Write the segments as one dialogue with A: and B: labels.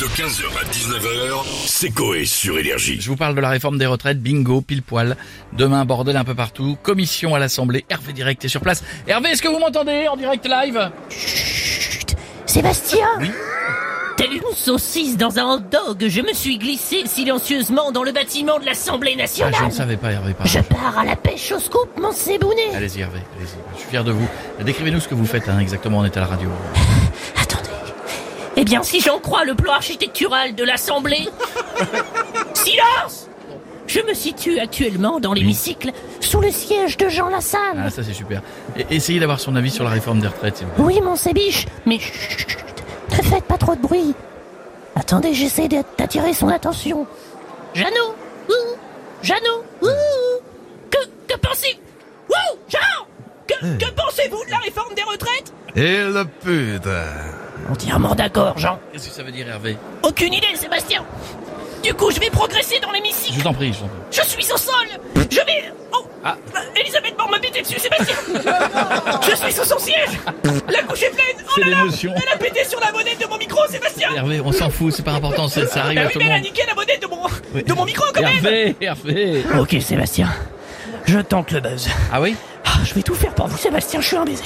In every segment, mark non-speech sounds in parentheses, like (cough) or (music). A: De 15h à 19h, c'est Coé sur Énergie.
B: Je vous parle de la réforme des retraites, bingo, pile poil. Demain, bordel un peu partout, commission à l'Assemblée, Hervé Direct est sur place. Hervé, est-ce que vous m'entendez en direct live
C: Sébastien
D: Telle une saucisse dans un hot-dog, je me suis glissé silencieusement dans le bâtiment de l'Assemblée
B: Ah,
D: nationale.
B: je ne savais pas Hervé,
C: Je
B: pardon.
C: pars à la pêche au scoop, mon Sébounet
B: Allez-y Hervé, allez-y. Je suis fier de vous. Décrivez-nous ce que vous faites hein, exactement, on est à la radio.
C: Attendez,
D: Eh bien, si j'en crois le plan architectural
B: (laughs)
D: de l'Assemblée... Silence Je me situe actuellement dans l'hémicycle.
C: sous le siège de Jean Lassalle
B: Ah ça c'est super. Et- essayez d'avoir son avis sur la réforme des retraites, s'il vous plaît.
C: Oui, mon Sébiche, mais chut, chut, ne faites pas trop de bruit Attendez, j'essaie d'être- d'attirer son attention
D: Jeannot Ouh Jeannot Ouh Que, que pensez... Ouh Jean Que, que pensez-vous de la réforme des retraites
E: Eh. Et le putain
D: Entièrement d'accord, Jean.
B: Qu'est-ce que ça veut dire Hervé
D: Aucune idée, Sébastien Du coup, je vais progresser dans l'hémicycle
B: Je vous en prie, je vous en prie.
D: Je suis au sol Je vais... Oh
B: Ah.
D: Euh, Elisabeth Borne m'a pété dessus,
B: (laughs)
D: Sébastien Je suis sous son siège La couche est pleine Oh
B: C'est
D: là là
B: l'émotion.
D: Elle a pété sur la bonnette de mon micro, Sébastien
B: Hervé, on s'en fout, c'est pas important, c'est- ça arrive
D: Bah
B: à
D: oui,
B: tout
D: mais
B: le
D: elle a
B: monde.
D: niqué la bonnette de mon,
B: Oui.
D: de mon micro, quand même
B: Hervé, Hervé
D: Ok, Sébastien. Je tente le buzz.
B: Ah oui
D: Ah, je vais tout faire pour vous, Sébastien, je suis un baiser.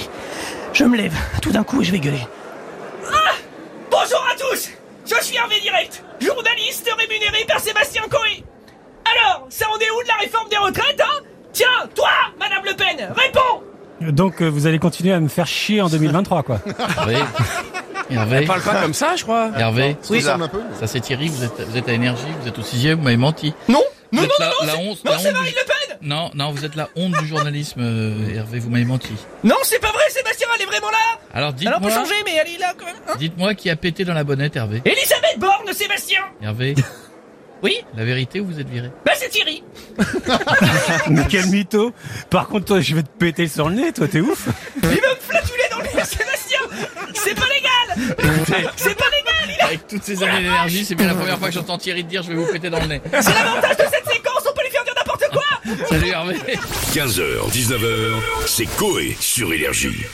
D: Je me lève tout d'un coup et je vais gueuler. Ah, bonjour à tous Je suis Hervé Direct, journaliste rémunéré par Sébastien Coé. Alors, ça en est où de la réforme des retraites, hein Tiens, toi, Madame Le Pen, réponds
F: Donc euh, vous allez continuer à me faire chier en 2023 quoi.
B: Hervé Hervé
G: pas comme ça, je crois.
B: Hervé
G: Oui.
B: Ça c'est Thierry, vous êtes, vous êtes à énergie, vous êtes au sixième, vous m'avez menti.
G: Non,
B: Vous
G: non, non,
B: êtes la,
G: non, non,
B: la
G: c'est-
B: honte,
G: non,
B: la
G: c'est
B: honte
G: Marine
B: du-
G: Le Pen.
B: Non, non, vous êtes la honte du journalisme, euh, Hervé, vous m'avez menti.
G: Non, c'est pas vrai, Sébastien, elle est vraiment là.
B: Alors
G: Elle
B: dites-moi,
G: on peut changer, mais elle est là quand même. hein.
B: dites-moi qui a pété dans la bonnette, Hervé.
D: Elisabeth Borne, Sébastien
B: Hervé,
D: Oui
B: la vérité ou vous êtes viré
D: Bah c'est Thierry
F: Mais quel mytho Par contre toi je vais te péter sur le nez toi t'es ouf
B: Euh.
D: Il veut me flatuler dans le nez, (laughs) Sébastien C'est pas légal C'est pas légal il a-
B: Avec toutes ces années d'énergie, c'est bien la première fois que j'entends Thierry dire je vais vous péter dans le (laughs) nez.
D: C'est l'avantage de cette séquence, on peut lui faire dire n'importe quoi
B: Salut Hervé
A: 15h, 19h, c'est Coé sur Énergie.